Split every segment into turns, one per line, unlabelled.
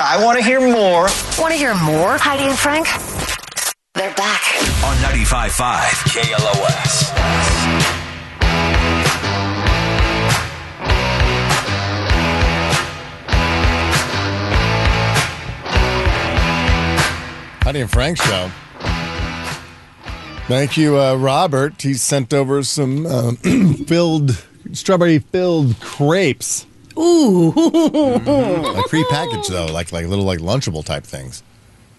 I want to hear more.
Want to hear more, Heidi and Frank? They're back.
on 95.5 KLOS.
Heidi and Frank show. Thank you, uh, Robert. He sent over some uh, filled strawberry filled crepes. Ooh, like prepackaged though, like like little like lunchable type things.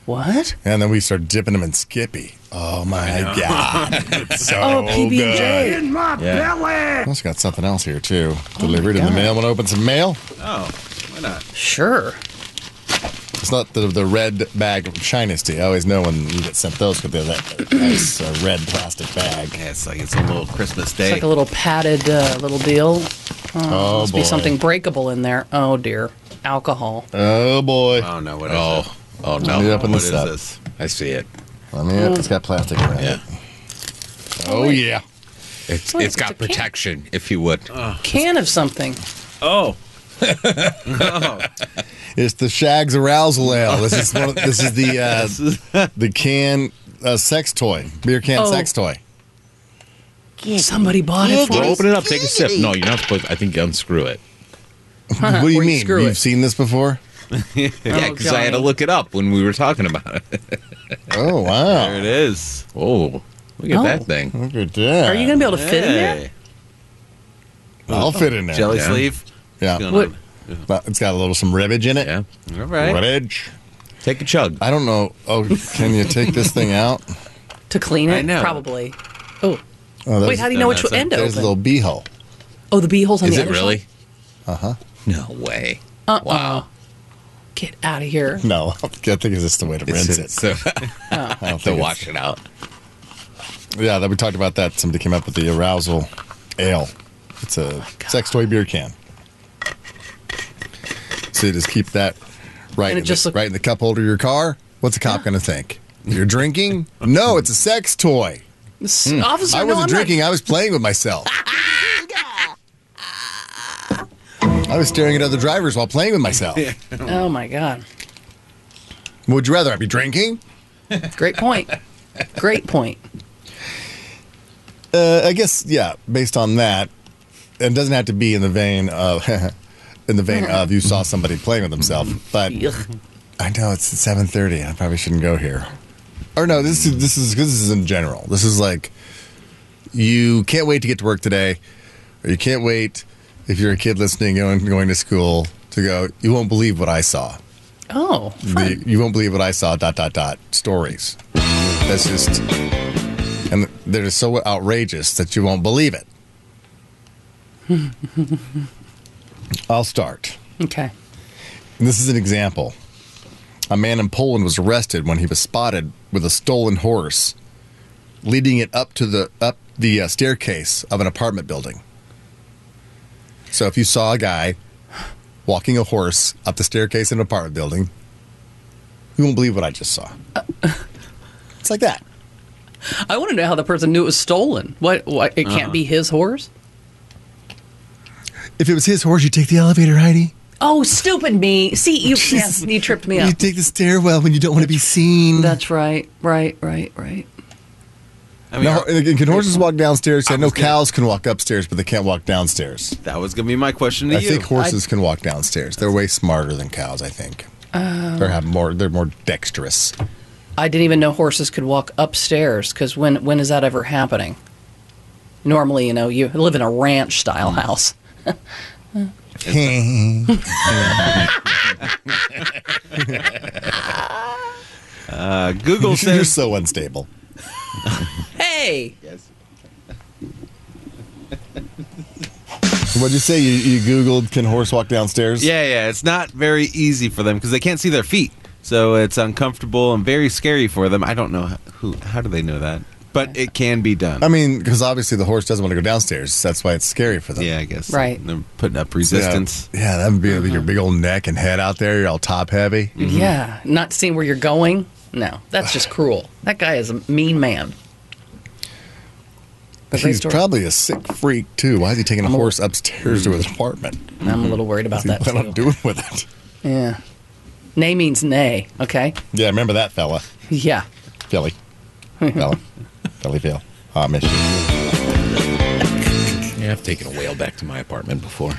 What?
And then we start dipping them in Skippy. Oh my god, so
Oh, PB and
good.
J. Oh,
Also got something else here too. Delivered in the mail. Want to open some mail?
Oh.
Sure.
It's not the, the red bag of shyness I always know when you get sent those because they're that nice uh, red plastic bag.
Yeah, it's like it's a little Christmas
It's
day.
like a little padded uh, little deal.
Oh,
Must
boy.
be something breakable in there. Oh dear. Alcohol.
Oh boy.
oh no, what is
Oh, oh
Let me
no.
open
What
this
is
up.
this? I see it.
Let me up. It's got plastic around
Yeah.
it. Oh yeah.
It's,
Wait,
it's got
it's a can.
protection, if you would.
Can of something.
Uh, Oh,
It's the Shags arousal ale. This is one of, this is the uh, the can uh, sex toy beer can
Oh.
sex toy.
Somebody bought it for
Well,
us.
open it up, take a sip. No, you're not supposed. I think unscrew it.
what do you
Or you
mean?
screw
You've
it.
seen this before?
Yeah, because I had to
Johnny.
look it up when we were talking about it.
there
Oh wow.
it is.
Oh, look at
Oh.
that thing.
Look at that.
Are you gonna be able to fit in there?
Hey.
I'll fit in there.
Jelly
Yeah.
sleeve.
Yeah.
What?
But It's got a little some ribbage in it.
Yeah,
All right.
Ribbage.
take a chug.
I don't know. Oh, can you take this thing out?
To clean it?
I know.
Probably. Oh.
Oh,
Wait, how do you know which
that's a-
end to
There's a
open?
little beehole. Uh-huh.
oh, the bee holes on
Is
the
it
other
really?
side?
No way.
Uh-uh.
Wow.
Get out of here.
No, I think it's just the way to rinse it.
So,
I
to
don't think it's-
wash it out.
Yeah, that we talked about that. Somebody came up with the arousal ale. It's
Oh
a sex toy beer can. So you just keep that right,
And it
in,
just
the,
look-
right in the cup holder of your car. What's a cop going to think? You're drinking? No, it's a sex toy. Hmm.
S- Officer,
I
no,
wasn't
I'm
drinking.
Not.
I was playing with myself. I was staring at other drivers while playing with myself.
Oh my god.
Would you rather I be drinking?
Great point. Great point.
Uh, I guess yeah. Based on that, and it doesn't have to be in the vein of in the vein of you saw somebody playing with themselves. But
Ugh.
I know it's seven thirty. I probably shouldn't go here. Or no, this is this is this is in general. This is like you can't wait to get to work today, or you can't wait if you're a kid listening going going to school to go. You won't believe what I saw.
Oh, fun.
The, you won't believe what I saw. Dot dot dot stories. That's just and they're just so outrageous that you won't believe it. I'll start.
Okay.
This is an example. A man in Poland was arrested when he was spotted with a stolen horse, leading it up to the up the uh, staircase of an apartment building. So if you saw a guy walking a horse up the staircase in an apartment building, you won't believe what I just saw. It's like that.
I want to know how the person knew it was stolen. What? what it
Uh-huh.
can't be his horse.
If it was his horse, you take the elevator, Heidi.
Oh, stupid me! See, you yes, you tripped me up.
take the stairwell when you don't want to be seen.
That's right, right, right, right.
I mean,
No,
are-
and can horses walk downstairs? I
I
know
was gonna-
cows can walk upstairs, but they can't walk downstairs.
that was gonna be my question to
I
you.
think horses can walk downstairs. They're way smarter than cows. I think. or
Oh.
have more. They're more dexterous.
Um, I didn't even know horses could walk upstairs. Because when when is that ever happening? Normally, you know, you live in a ranch style house.
uh, Google
You're
says
so unstable.
Hey,
What'd you say? You, you Googled can horse walk downstairs?
Yeah, yeah. It's not very easy for them because they can't see their feet, so it's uncomfortable and very scary for them. I don't know how, who. How do they know that? But it can be done.
I mean, because obviously the horse doesn't want to go downstairs. That's why it's scary for them.
yeah, I guess.
Right. Uh-huh.
They're putting up
Yeah.
resistance.
Yeah, that would be with your big old neck and head out there. You're all top heavy.
Mm-hmm. yeah, not seeing where you're going. No, that's just cruel. That guy is a mean man. But great
He's
story.
probably a sick freak too. Why is he taking a horse upstairs to his apartment?
I'm a little worried about
What's he
that
plan on
too.
doing with it?
Yeah. Nay means nay. Okay.
Yeah, remember that fella.
Yeah.
Philly. Fella. Philly Phil. Ah, miss you.
Yeah, I've taken a whale back to my apartment before.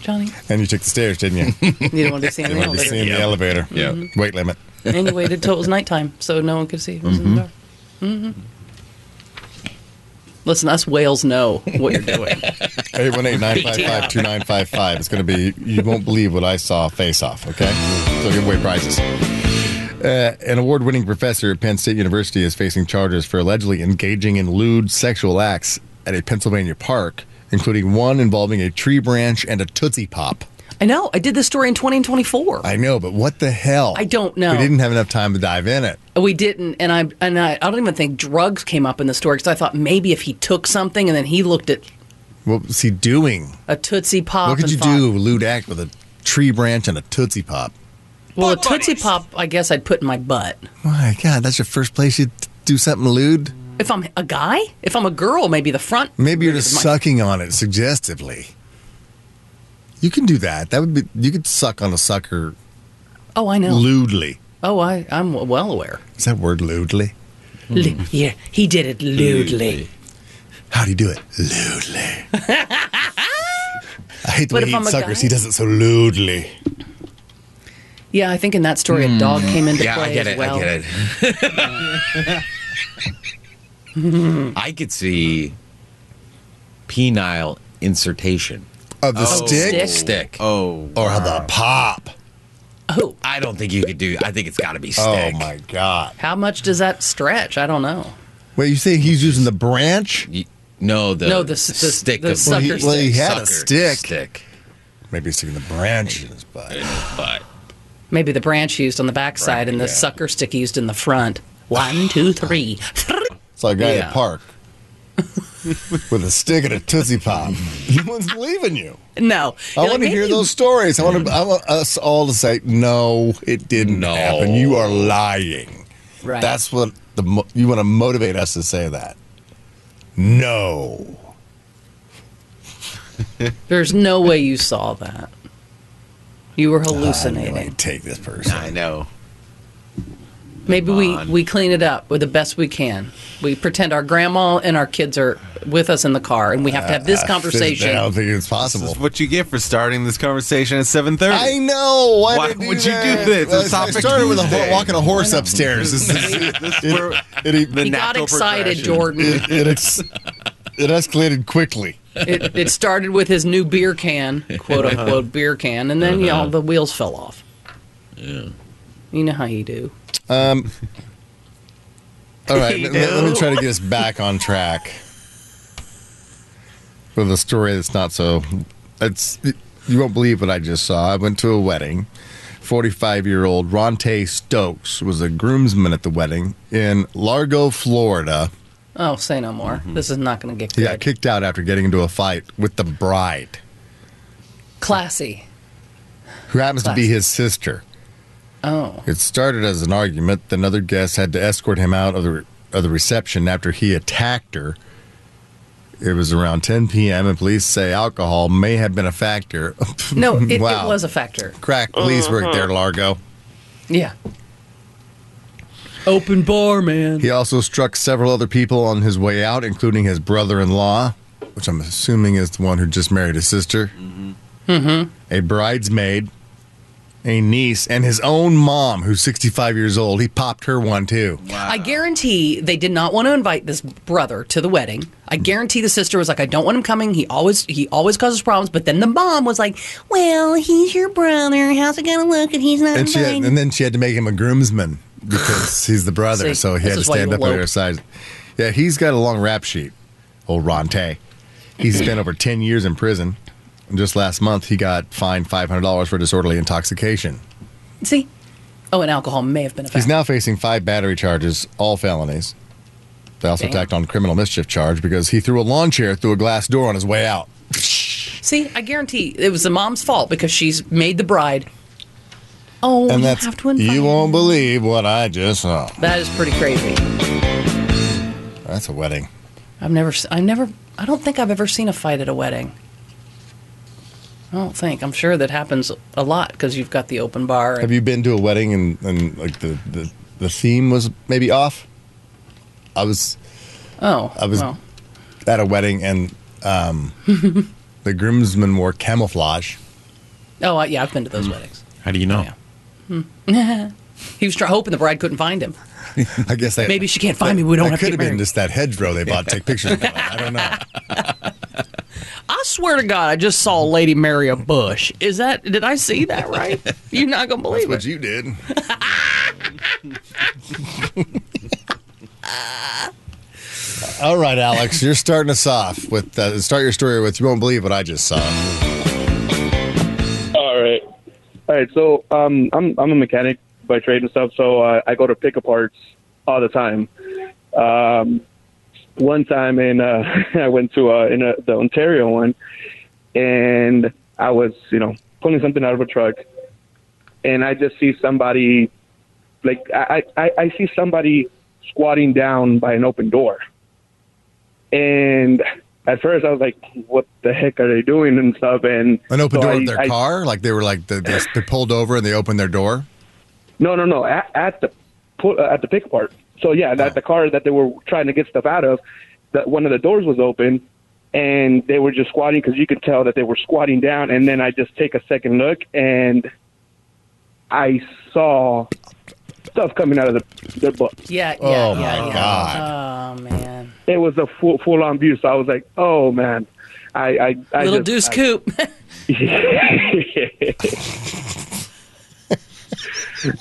Johnny,
And you took the stairs, didn't you? you
you didn't want to be seen in the
wanted to be
elevator.
seen in the
Yeah.
elevator. Weight limit.
and you waited till it was nighttime so no one could see. It was in the dark. hmm Listen, us whales know Oh, what you're doing.
818 955 2955. It's going to be, you won't believe what I saw face off, okay? So give away prizes. Uh, an award winning professor at Penn State University is facing charges for allegedly engaging in lewd sexual acts at a Pennsylvania park, including one involving a tree branch and a Tootsie Pop.
I know. I did this story in 2024.
I know, but what the hell?
I don't know.
We didn't have enough time to dive in it.
We didn't, and I and I, I don't even think drugs came up in the story because I thought maybe if he took something and then he looked at
What was he doing?
a Tootsie Pop.
what could
and
you
thought,
do, lewd act with a tree branch and a Tootsie Pop?
Well, a Tootsie Pop, I guess I'd put in my butt.
My God, that's your first place you do something lewd?
If I'm a guy, if I'm a girl, maybe the front.
Maybe you're just
my-
sucking on it suggestively. You can do that. That would be you could suck on a sucker
Oh, I know.
lewdly.
Oh, I I'm well aware.
Is that word lewdly?
Lu- yeah, he did it Hmm. lewdly.
How do you do it? Lewdly. I hate
But
the way
if
he
I'm
eats
a
suckers.
guy-
He does it so lewdly.
Yeah, I think in that story a dog came into play as well.
it. I could see penile insertation.
Of the
Oh, stick.
stick,
Stick.
Oh,
or of the pop.
Oh,
I don't think you could do. I think it's got to be stick.
Oh my god!
how much does that stretch? I don't know.
Wait, you say he's using the branch?
Y- No, the
No, the s- the-
stick
the
of
sucker
Well, he- well, he
stick.
had
sucker
a stick.
Stick.
Maybe he's sticking the branch in his butt.
But
Maybe the branch used on the backside and the
yeah.
sucker stick used in the front. One, two, three.
It's like a guy at
Yeah.
the park with a stick and a tootsie pop. No one's believing you.
no,
I
You're
want to
like,
hear
maybe-
those stories. I want, to, I want us all to say, no, it didn't
No.
happen. You are lying.
Right.
That's what the mo- you want to motivate us to say that. No.
There's no way you saw that. You were hallucinating.
Really take this person.
I know.
Maybe we,
on.
we clean it up with the best we can. We pretend our grandma and our kids are with us in the car, and we have to have this
I
conversation.
I don't think it's
This
possible.
is what you get for starting this conversation at seven thirty.
I know. Why,
Why
did I do
would you do
that?
this?
Well,
It's
I
Topic
started with a
Tuesday.
ho- walking a horse upstairs. This is,
This is where
it, it,
he
it,
got
natural progression.
excited, Jordan.
it, ex- it escalated quickly.
it, it started with his new beer can, quote
Uh-huh.
unquote beer can, and then you know the wheels fell off. Yeah. You know how you do.
Um, All right, let, let me try to get us back on track with a story that's not so. It's you won't believe what I just saw. I went to a wedding. Forty-five-year-old Ronte Stokes was a groomsman at the wedding in Largo, Florida.
Oh, say no more.
Mm-hmm.
This is not going to get
He
good.
got kicked out after getting into a fight with the bride,
Classy.
who happens to be
Classic.
his sister.
Oh,
It started as an argument. Another guest had to escort him out of the of the reception after he attacked her. It was around 10 p.m. and police say alcohol may have been a factor.
no, it,
Wow.
it was a Uh-huh. factor. Mm-hmm.
crack police work there, Largo.
Yeah. Open bar, man.
He also struck several other people on his way out, including his brother-in-law, which I'm assuming is the one who just married his sister, mm-hmm.
Mm-hmm.
a bridesmaid, a niece, and his own mom, who's 65 years old. He popped her one too.
I guarantee they did not want to invite this brother to the wedding.
Mm-hmm.
I guarantee the sister was like, "I don't want him coming. He always he always causes problems." But then the mom was like, "Well, he's your brother. How's it gonna look? And he's not
and she had,
invited."
and then she had to make him a groomsman because he's the brother,
See,
so he
this
had to
is why
stand
you
up on the
elope.
other side. Yeah, he's got a long rap sheet, old Ronte. He spent over ten years in prison. And just last month, he got fined five hundred dollars for disorderly intoxication.
See, oh, and alcohol may have been a
He's
factor.
now facing five battery charges, all felonies. They also
Damn.
tacked on criminal mischief charge because he threw a lawn chair through a glass door on his way out.
See, I guarantee it was the mom's fault because she's made the bride. Oh,
And
you
that's
have to invite.
you
him.
won't believe what I just saw.
That is pretty crazy.
That's a wedding.
I've never, s- I've never, I don't think I've ever seen a fight at a wedding. I I don't think. I'm sure that happens a lot because you've got the open bar. and-
Have you been to a wedding and, and like the, the, the theme was maybe off? I was
oh,
I was-
well,
at a wedding and um, the groomsmen wore camouflage.
oh I- yeah, I've been to
Hmm.
those weddings.
How do you know?
Yeah. He was try- hoping the bride couldn't find him.
I guess they,
Maybe she can't find me. We don't
that
have to
could
get
have been
married.
just that hedgerow they bought to take pictures of. I don't know.
I swear to God, I just saw Lady Mary a bush. Is that? Did I see that right? You're not gonna
That's
believe it.
what you did. All right, Alex, you're starting us off with uh, start your story with you won't believe what I just saw.
All right. All right. So um, I'm I'm a mechanic by trade and stuff. So uh, I go to pick up parts all the time. Um, one time in uh, I went to uh, in uh the Ontario one, and I was you know pulling something out of a truck, and I just see somebody like I I, I- I see somebody squatting down by an open door, and. At first, I was like, "What the heck are they doing and stuff?" And
An open
so
door
I-
of their
I-
car, like they were like they, they, they pulled over and they opened their door.
No, no, no. At, at the pu- uh, at the pick part. So yeah,
Ah.
that the car that they were trying to get stuff out of, that one of the doors was open, and they were just squatting because you could tell that they were squatting down. And then I just take a second look, and I saw stuff coming out of the their butt.
Yeah, yeah, yeah,
Oh my
yeah.
God.
Oh man,
It was a full full on view. So I was like, oh man, I I, I
little Deuce
just,
Coop.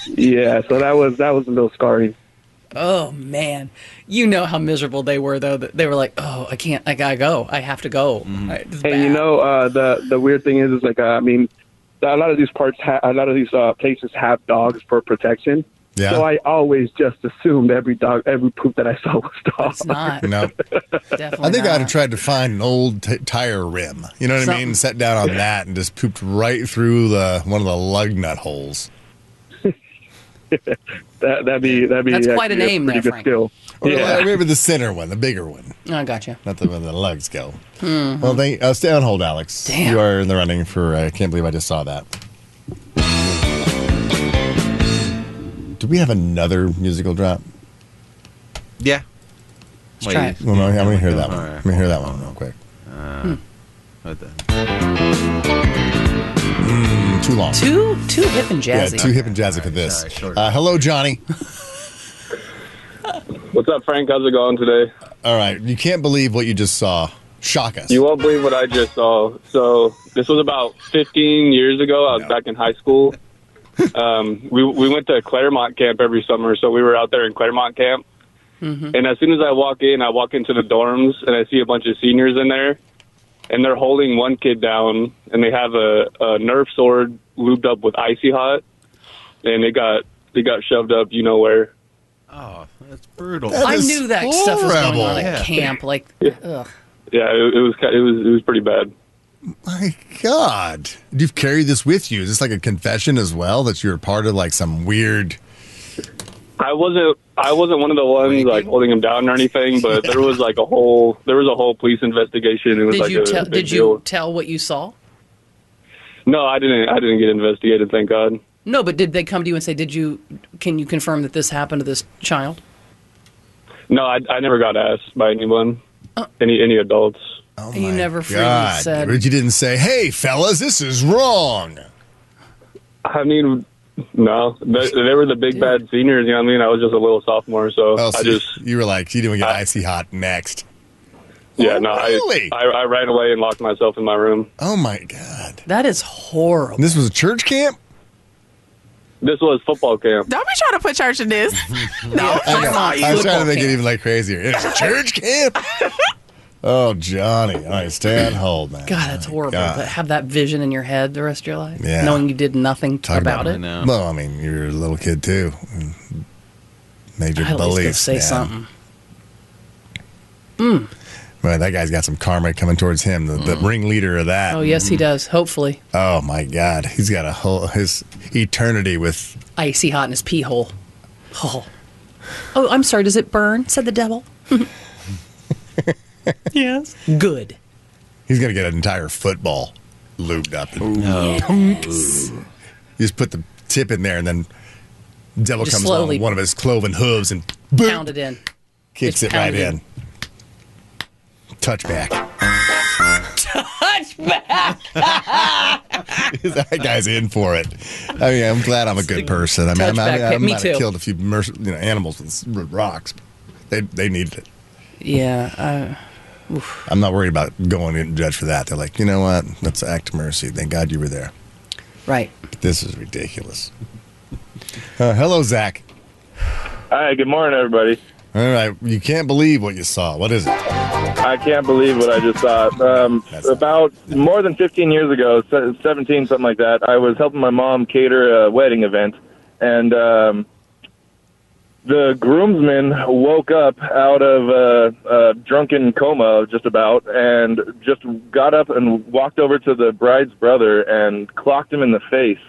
yeah. So that was that was a little scarring.
Oh man, you know how miserable they were though. that They were like, "Oh, I can't. I gotta go. I have to go."
Mm-hmm.
I- it's
And you
bad.
know, uh, the the weird thing is, is like, uh, I mean, a lot of these parts, ha- a lot of these uh, places have dogs for protection.
Yeah.
So I always just assumed every dog, every poop that I saw was dog.
it's not.
No,
Definitely
I think I'd
not.
have tried to find an old t- tire rim. You know what I
Something.
mean? Sat down on that and just pooped right through the one of the lug nut holes.
that that'd be that'd be
That's quite
actually
a name
pretty
there,
good
Frank.
skill.
Or
Yeah.
uh, maybe the center one, the bigger one,
I Oh, gotcha. Hmm.
not the one the legs go. Well, they uh, stay on hold, Alex.
Mm-hmm. Damn.
You are in the running for. I can't believe I just saw that. Do we have another musical drop?
Yeah.
Let's try it.
Well, no, I'm gonna hear that one.
All right. Uh,
I'm gonna hear that one real quick.
What the-
Hmm, Too long.
Too too hip and
yeah,
jazzy.
too hip and jazzy for this.
sorry, short.
uh, hello, Johnny.
What's up, Frank? How's it going today?
All right, you can't believe what you just saw. Shock us.
You won't believe what I just saw. So this was about 15 years ago. I was back in high school. Um, we we went to Claremont camp every summer, so we were out there in Claremont camp.
Mm-hmm.
And as soon as I walk in, I walk into the dorms and I see a bunch of seniors in there, and they're holding one kid down, and they have a, a Nerf sword lubed up with icy hot, and it got it got shoved up, you know where.
Oh, that's brutal.
I
is
knew that stuff was going on
horrible.
at camp. Like, ugh.
Yeah, it, it was ki- it was it was pretty bad.
My God. You've carried this with you. Is this like a confession as well that you're part of like some weird.
I wasn't. I wasn't one of the ones like holding him down or anything. But there was like a whole. There was a whole police investigation. It was
did
like
you
a
tell?
big
Did you
deal.
tell what you saw?
No, I didn't. I didn't get investigated. Thank God.
No, but did they come to you and say, "Did you? Can you confirm that this happened to this child?"
No, I, I never got asked by anyone.
Uh.
Any any adults.
Oh
You
my
never freely
God.
said-
But you didn't say, hey, fellas, this is wrong.
I mean, no. They, they were the big bad seniors. You know what I mean? I was just a little sophomore, so,
Oh, so
I
you-
just.
you were like, you didn't get icy hot next.
Yeah, no. I-
really?
I, I ran away and locked myself in my room.
Oh my God.
That is horrible.
And this was a church camp?
This was football camp.
Don't be trying to put church in this. no,
I, know.
not
I was trying to
football
make it
camp.
even like crazier. It's a church camp. Oh, Johnny. All right, stay on hold, man.
God, that's
Oh,
horrible.
God.
To have that vision in your head the rest of your life,
Yeah.
knowing you did nothing
Talk
about,
about
it.
I know.
Well, I mean, you're a little kid too. Major
I at least go
beliefs.
say
man.
something. Hmm.
Well, that guy's got some karma coming towards him. The, the ringleader of that.
Oh yes, he does. Hopefully,
Oh my God, he's got a whole his eternity with.
icy hot in his pee hole. Oh, oh, I'm sorry. Does it burn? Said the devil. yes. Good.
He's gonna get an entire football. lubed up. Ooh. You just put the tip in there, and then devil
Just
comes along
slowly-
with one of his cloven hooves and boom,
Pound it in.
kicks
just
it right
pound it
in. Touchback.
Touchback.
that guy's in for it. I mean, I'm glad I'm a good person. I mean, I'm,
Touchback
I
hit. Me
might have
too.
killed a few merc- you know, animals with s- with rocks. They they needed it.
Yeah.
I'm not worried about going in judge for that. They're like, you know what? Let's act mercy. Thank God you were there.
Uh, right.
This is ridiculous. Uh, hello, Zach.
All right, good morning, everybody.
All right, you can't believe what you saw. What is it?
I can't believe what I just saw. Um,
That's not-
about more than 15 years ago, se- 17, something like that, I was helping my mom cater a wedding event, and um, the groomsman woke up out of a, a drunken coma, just about, and just got up and walked over to the bride's brother and clocked him in the face.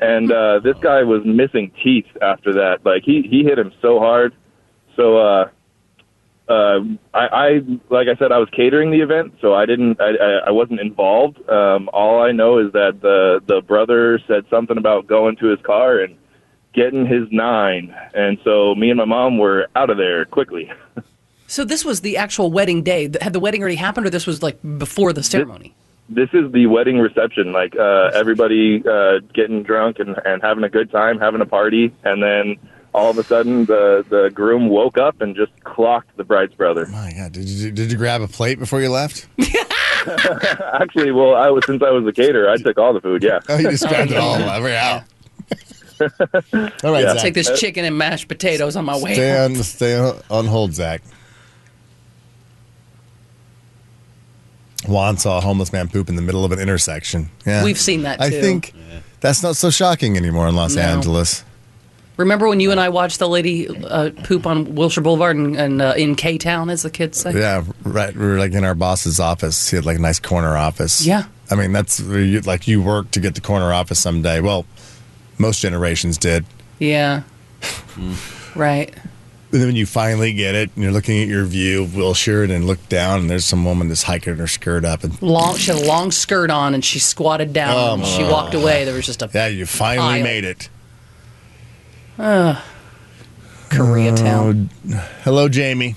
And uh, this guy was missing teeth after that. Like he he hit him so hard. So uh, uh, I, I like I said, I was catering the event, so I didn't, I, I, I wasn't involved. Um, all I know is that the the brother said something about going to his car and getting his nine, and so me and my mom were out of there quickly.
So this was the actual wedding day. Th- Had the wedding already happened, or this was like before the ceremony?
This is the wedding reception, like uh, everybody uh, getting drunk and, and having a good time, having a party, and then all of a sudden the the groom woke up and just clocked the bride's brother.
My God, did you did you grab a plate before you left?
Actually, well, I was since I was a caterer, I took all the food. Yeah.
Oh, you just grabbed it all. Over out. All right, Zach. Uh,
Take this chicken and mashed potatoes on my way.
Stay
home.
on, stay on- on hold, Zach. Juan saw a homeless man poop in the middle of an intersection. Yeah,
We've seen that,
I
too.
think that's not so shocking anymore in Los
No.
Angeles.
Remember when you and I watched the lady uh, poop on Wilshire Boulevard and, and uh, in K Town, as the kids say?
Yeah, right. We were like in our boss's office. He had like a nice corner office.
Yeah.
I mean that's you- like you work to get the corner office someday. Well, most generations did.
Yeah. Right.
And then when you finally get it, and you're looking at your view of Wilshire, and then look down, and there's some woman just hiking her skirt up, and
Long. She had a long skirt on, and she squatted down.
Oh,
and she walked away. There was just a
yeah, you finally
Aisle.
made it.
Koreatown.
Uh, Hello, Jamie.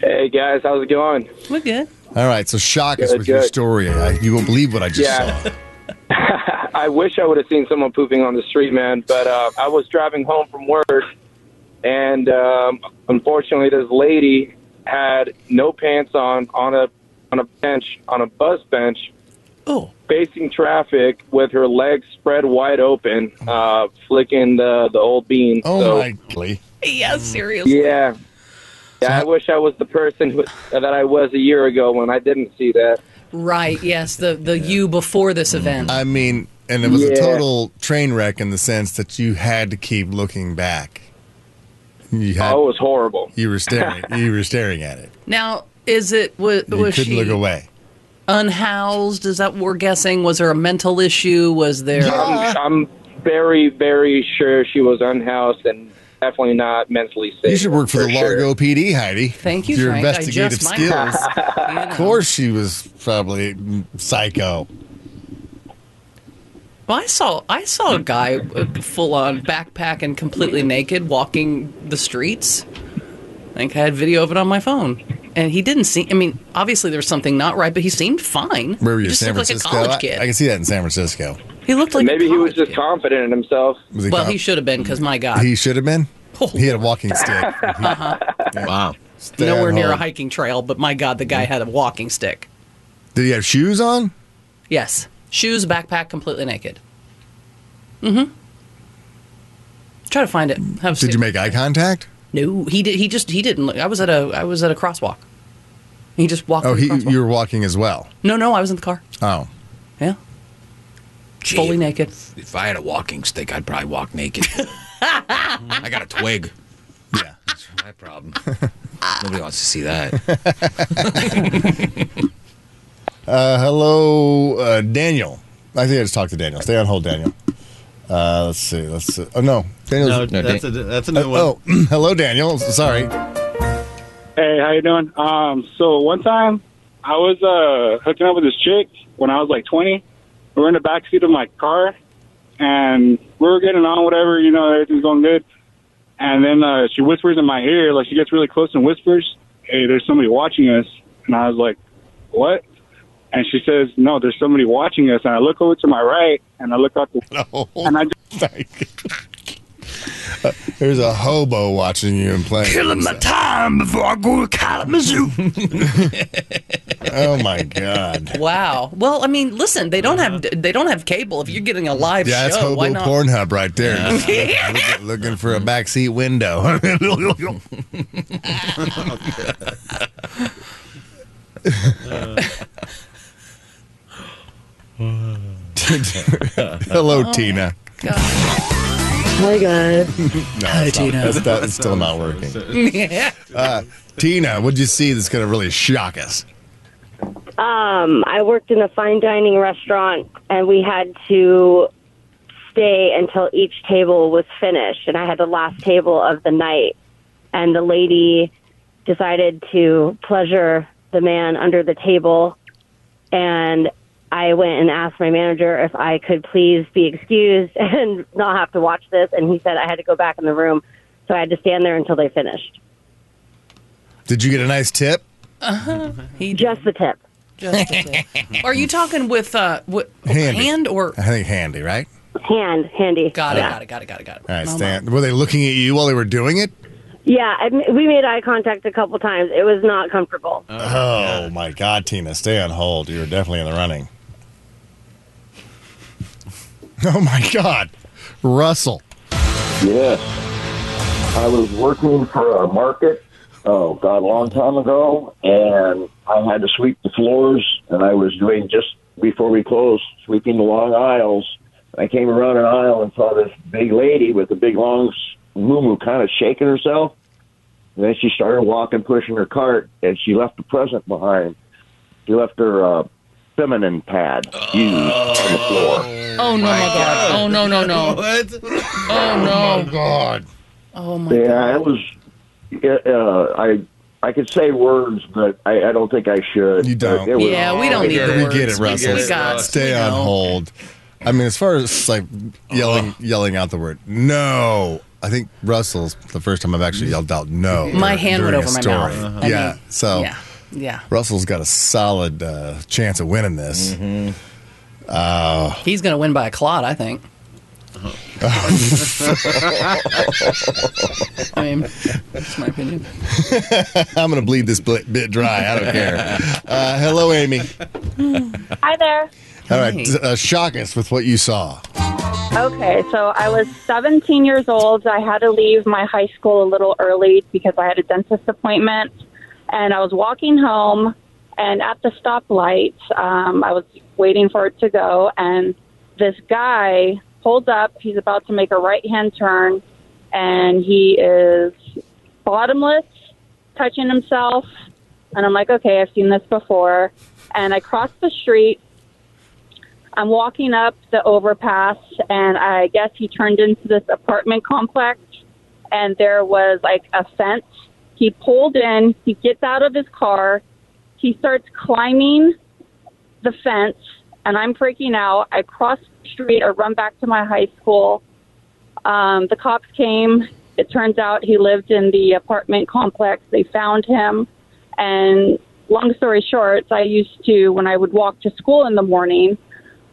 Hey guys, how's it going?
We're good.
All right, so shock us
Good,
with your
good.
story. I, you won't believe what I just
Yeah.
saw.
I wish I would have seen someone pooping on the street, man. But uh, I was driving home from work, and um, unfortunately, this lady had no pants on on a on a bench on a bus bench,
Oh.
facing traffic with her legs spread wide open, uh, flicking the the old bean.
Oh
So,
my golly. Mm.
Yeah, seriously.
Yeah. Yeah, I wish I was the person who, that I was a year ago when I didn't see that.
Right. Yes. The the you before this
Mm.
event.
I mean, and it was a
Yeah.
total train wreck in the sense that you had to keep looking back. You had
Oh, it was horrible.
you were staring you were staring at it.
now, is it was,
You
was
couldn't
she
look away.
unhoused? Is that what we're guessing? Was there a mental issue? Was there?
I'm, I'm very, very sure she was unhoused and definitely not mentally safe.
You should work for the
sure.
Largo PD, Heidi.
Thank you,
Your
Frank. I
investigative
just might-
skills. of
you know.
course, she was probably psycho.
Well, I saw I saw a guy uh, full on backpack and completely naked walking the streets. I think I had video of it on my phone, and he didn't seem. I mean, obviously there was something not right, but he seemed fine.
Where were you,
He just
San
looked
Francisco?
like a college
I-
kid.
I, can see that in San Francisco.
he looked like a
Maybe he was
college
just
kid.
confident in himself.
Was he
Well,
cop?
he should have been because my God,
He should have been.
Oh.
He had a walking stick.
Wow.
Stay
nowhere
at
near a
home.
hiking trail. But my God, the guy
Mm-hmm.
had a walking stick.
Did he have shoes on?
Yes, shoes, backpack, completely naked. Mm-hmm. Try to find it. Have a
Did
seat.
you make eye contact?
No, he did. He just he didn't look. I was at a I was at a crosswalk. He just walked.
Oh,
through
he,
the crosswalk.
you were walking as well.
No, no, I was in the car.
Oh,
Yeah,
Gee,
fully naked.
If I had a walking stick, I'd probably walk naked. I got a twig.
yeah.
That's my problem. Nobody wants to see that.
Uh, hello, uh, Daniel. I think I just talked to Daniel. Stay on hold, Daniel. Uh, let's see. Let's see. Oh no,
No,
Daniel's.
that's a that's a
Uh,
new one.
oh, hello, Daniel. Sorry. Uh,
Hey, how you doing? Um, so one time
I was uh, hooking up with this chick when I was like 20. We were in the back seat of my car, and we were getting on, whatever, you know, everything's going good. And then uh, she whispers in my ear, like she gets really close and whispers, "Hey, there's somebody watching us." And I was like, "What?" And she says, "No, there's somebody watching us." And I look over to my right, and I look out the and I just
There's a hobo watching you and playing.
Killing my time before I go to Kalamazoo.
oh my god.
Wow. Well, I mean, listen, they don't have they don't have cable. If you're getting a live
Yeah,
show,
that's
why
hobo
not?
Pornhub right there.
Yeah.
Look- looking for a backseat window. Hello,
Oh,
Tina.
Hi guys.
No,
Hi,
it's not-
Tina.
That's, not- it's still not working. Uh, Tina, what'd you see that's going to really shock us?
Um, I worked in a fine dining restaurant, and we had to stay until each table was finished. And I had the last table of the night, and the lady decided to pleasure the man under the table. And I went and asked my manager if I could please be excused and not have to watch this. And he said I had to go back in the room, so I had to stand there until they finished.
Did you get a nice tip?
Uh-huh. He
just the tip.
Just the tip. Are you talking with uh, what,
Handy.
hand or
I think handy, right?
Hand, handy.
Got it,
Yeah.
got it, got it, got it, got it.
All right,
Mama.
Stan. Were they looking at you while they were doing it?
Yeah, I, we made eye contact a couple times. It was not comfortable.
Oh, my God, Tina, stay on hold. You were definitely in the running. Oh my God, Russell.
Yes. I was working for a market, oh God, a long time ago, and I had to sweep the floors, and I was doing just before we closed, sweeping the long aisles. I came around an aisle and saw this big lady with a big long moo kind of shaking herself. And then she started walking, pushing her cart, and she left a present behind. She left her uh, feminine pad used on the floor.
Oh no, my God. Oh no, no, no.
what?
Oh no.
God.
Oh my
yeah, it was. yeah, Uh, I I could say words, but I, I don't think I should. You
don't.
Yeah, we don't need the
We get
words.
it,
We
Russell.
get it. We got-
Stay
we
on
know.
hold. I mean, as far as like yelling, yelling out the word no. I think Russell's the first time I've actually yelled out no.
My
dur-
hand went
during a
over my
story.
mouth. I
Yeah.
mean,
so
yeah, yeah.
Russell's got a solid uh, chance of winning this.
Mm-hmm.
Uh,
He's gonna win by a clot, I think. I mean, that's my opinion.
I'm going to bleed this bit, bit dry. I don't care. Uh, hello, Amy.
Hi there.
All right. Uh, shock us with what you saw.
Okay, so I was 17 years old. I had to leave my high school a little early because I had a dentist appointment. And I was walking home, and at the stoplight, um, I was waiting for it to go. And this guy pulls up. He's about to make a right hand turn, and he is bottomless, touching himself. And I'm like, okay, I've seen this before. And I cross the street, I'm walking up the overpass, and I guess he turned into this apartment complex, and there was like a fence. He pulled in, he gets out of his car, he starts climbing the fence, and I'm freaking out. I cross the street, I run back to my high school. Um, the cops came. It turns out he lived in the apartment complex. They found him. And long story short, I used to, when I would walk to school in the morning,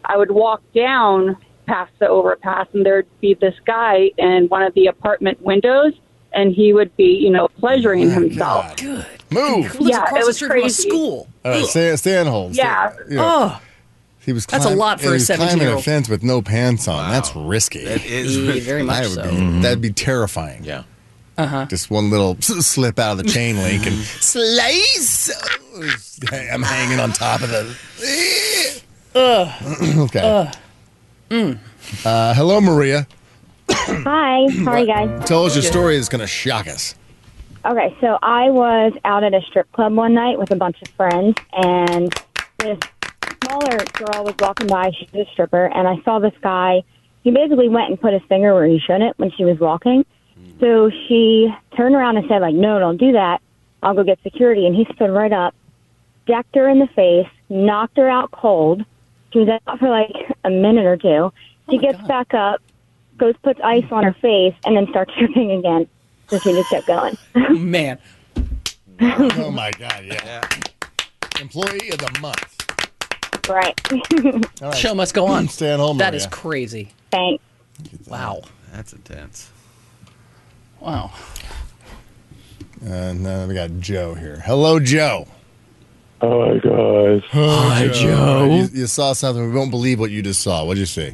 I would walk down past the overpass, and there'd be this guy in one of the apartment windows, and he would be, you know, pleasuring himself.
Good.
Move.
Lives
Uh,
Yeah,
across
it
the
was
street from a
crazy.
school.
All right. Stay, stay on hold. Stay-
Yeah.
you know,
Oh.
He was
That's a
climb-
lot for
he
a
was climbing a
17-year-old.
fence with no pants on. That's risky. That
is Yeah, risky. very much
would
so.
Be, That'd be terrifying. Yeah.
Uh-huh.
Just one little s- slip out of the chain link, and
Slice.
I'm hanging on top of the.
Ugh.
okay.
Ugh. Mm.
Uh, hello, Maria.
Hi, how are you guys?
Tell us your story that's going to shock us.
Okay, so I was out at a strip club one night with a bunch of friends, and this smaller girl was walking by. She was a stripper, and I saw this guy. He basically went and put his finger where he shouldn't when she was walking. So she turned around and said, like, no, don't do that. I'll go get security. And he stood right up decked her in the face, knocked her out cold. She was out for like a minute or two. She gets back up, goes puts ice on her face, and then starts tripping again. So she just kept going.
Man.
oh my God, yeah. Employee of the month.
Right.
All right.
Show must go on.
Stay at home,
That
Maria.
is crazy.
Thanks.
Wow.
That's intense.
Wow.
And then we got Joe here. Hello, Joe.
Oh my gosh.
Hi,
Joe.
You, you saw something. We won't believe what you just saw. What'd you see?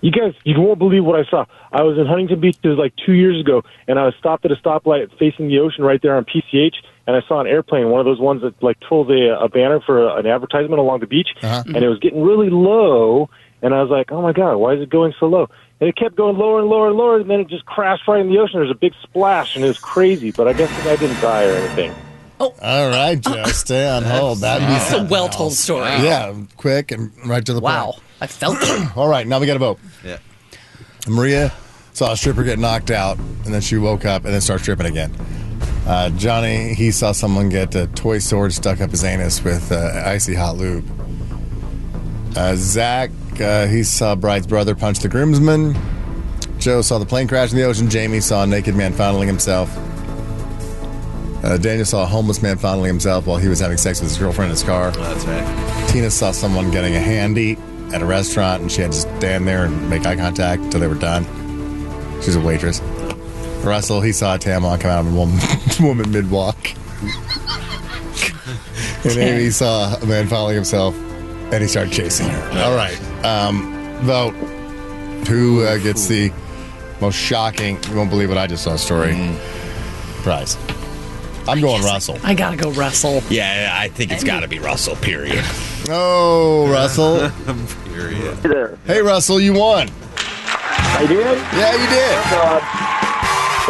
You guys, you won't believe what I saw. I was in Huntington Beach it was like two years ago, and I was stopped at a stoplight facing the ocean right there on PCH, and I saw an airplane, one of those ones that like trolls a, a banner for an advertisement along the beach,
Uh-huh.
Mm-hmm.
and it was getting really low, and I was like, oh my god, why is it going so low? And it kept going lower and lower and lower, and then it just crashed right in the ocean. There's a big splash, and it was crazy. But I guess the guy didn't die or anything.
All right, Joe. Stay on hold. That'd be
Oh. That's a
something
well told
else.
story.
Yeah, quick and right to the
Wow.
point.
I felt
it. All right, now we got a vote.
Yeah.
Maria saw a stripper get knocked out, and then she woke up and then started stripping again. Uh, Johnny, he saw someone get a toy sword stuck up his anus with uh, icy hot lube. Uh, Zach, uh, he saw bride's brother punch the groomsman. Joe saw the plane crash in the ocean. Jamie saw a naked man fondling himself. Uh, Daniel saw a homeless man fondling himself while he was having sex with his girlfriend in his car.
Oh, that's right.
Tina saw someone getting a handy at a restaurant, and she had to stand there and make eye contact until they were done. She's a waitress. Russell, he saw a tampon come out of a woman, woman mid walk. and Amy saw a man fondling himself, and he started chasing her. All right. Um, vote. Who uh, gets the most shocking, you won't believe what I just saw story
Mm-hmm.
prize? I'm going Russell.
I gotta go Russell.
Yeah, I think it's got to be Russell. Period.
Oh, Russell.
period.
Hey there.
Hey, Russell, you won.
I did?
Yeah, you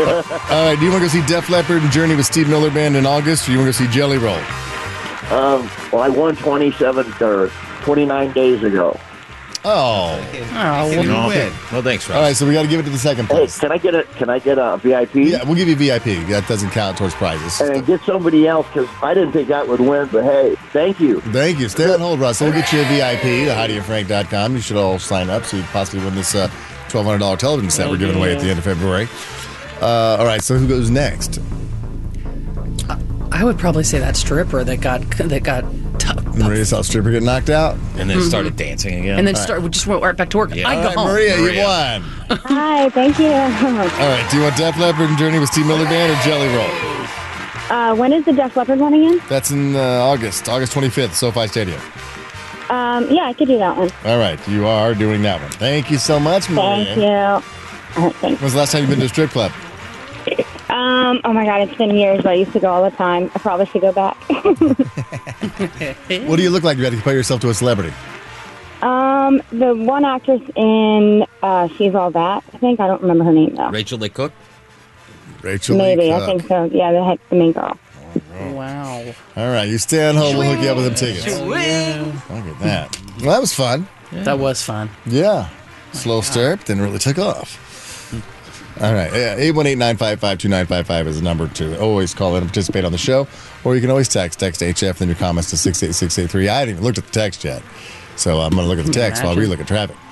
did. All right, do you want to go see Def Leppard and Journey with Steve Miller Band in August, or you want to go see Jelly Roll?
Um, well, I won 27 or 29 days ago.
Oh.
well,
Well, thanks,
All right, so we got to give it to the second place.
Hey, can I get a can I get a VIP?
Yeah, we'll give you VIP. That doesn't count towards prizes.
And get somebody else because I didn't think that would win. But hey, thank you.
Thank you. Stay on hold, Russell. We'll get you a VIP, the HeidiandFrank.com. You should all sign up so you can possibly win this uh, $1,200 television set we're giving away at the end of February. Uh, all right, so who goes next?
I would probably say that stripper that got that got t-
Maria saw a stripper get knocked out.
And
then Mhm. started
dancing
and then start we just went right back to work. I
All
go
right,
home.
Maria, you won.
Hi, thank you.
All right, do you want Def Leppard and Journey with Steve Miller Band or Jelly Roll?
Uh, when is the Def Leppard one again?
That's in uh, August, August 25th, SoFi Stadium.
Um, yeah, I could do that one.
All right, you are doing that one. Thank you so much, Maria.
Thank you.
When's the last time you've been to a strip club?
Um, oh my God, it's been years. I used to go all the time. I probably should go back.
What do you look like? You had to compare yourself to a celebrity.
um, the one actress in uh, She's All That, I think. I don't remember her name though.
Rachel Lee Cook.
Rachel
Maybe
Lee
I
Cook. Oh.
think so. Yeah, the, head, the main girl.
Wow.
All right, you stay on home. We'll hook you up with them tickets. Look at that. Well, that was fun.
That was fun.
Yeah. Slow stirp, didn't really take off. All right. Yeah, 818-955-2955 is the number to always call in and participate on the show. Or you can always text, text HF, then your comments to 68683. I haven't even looked at the text yet. So I'm going to look at the
Can you
text while we
imagine?
look at traffic.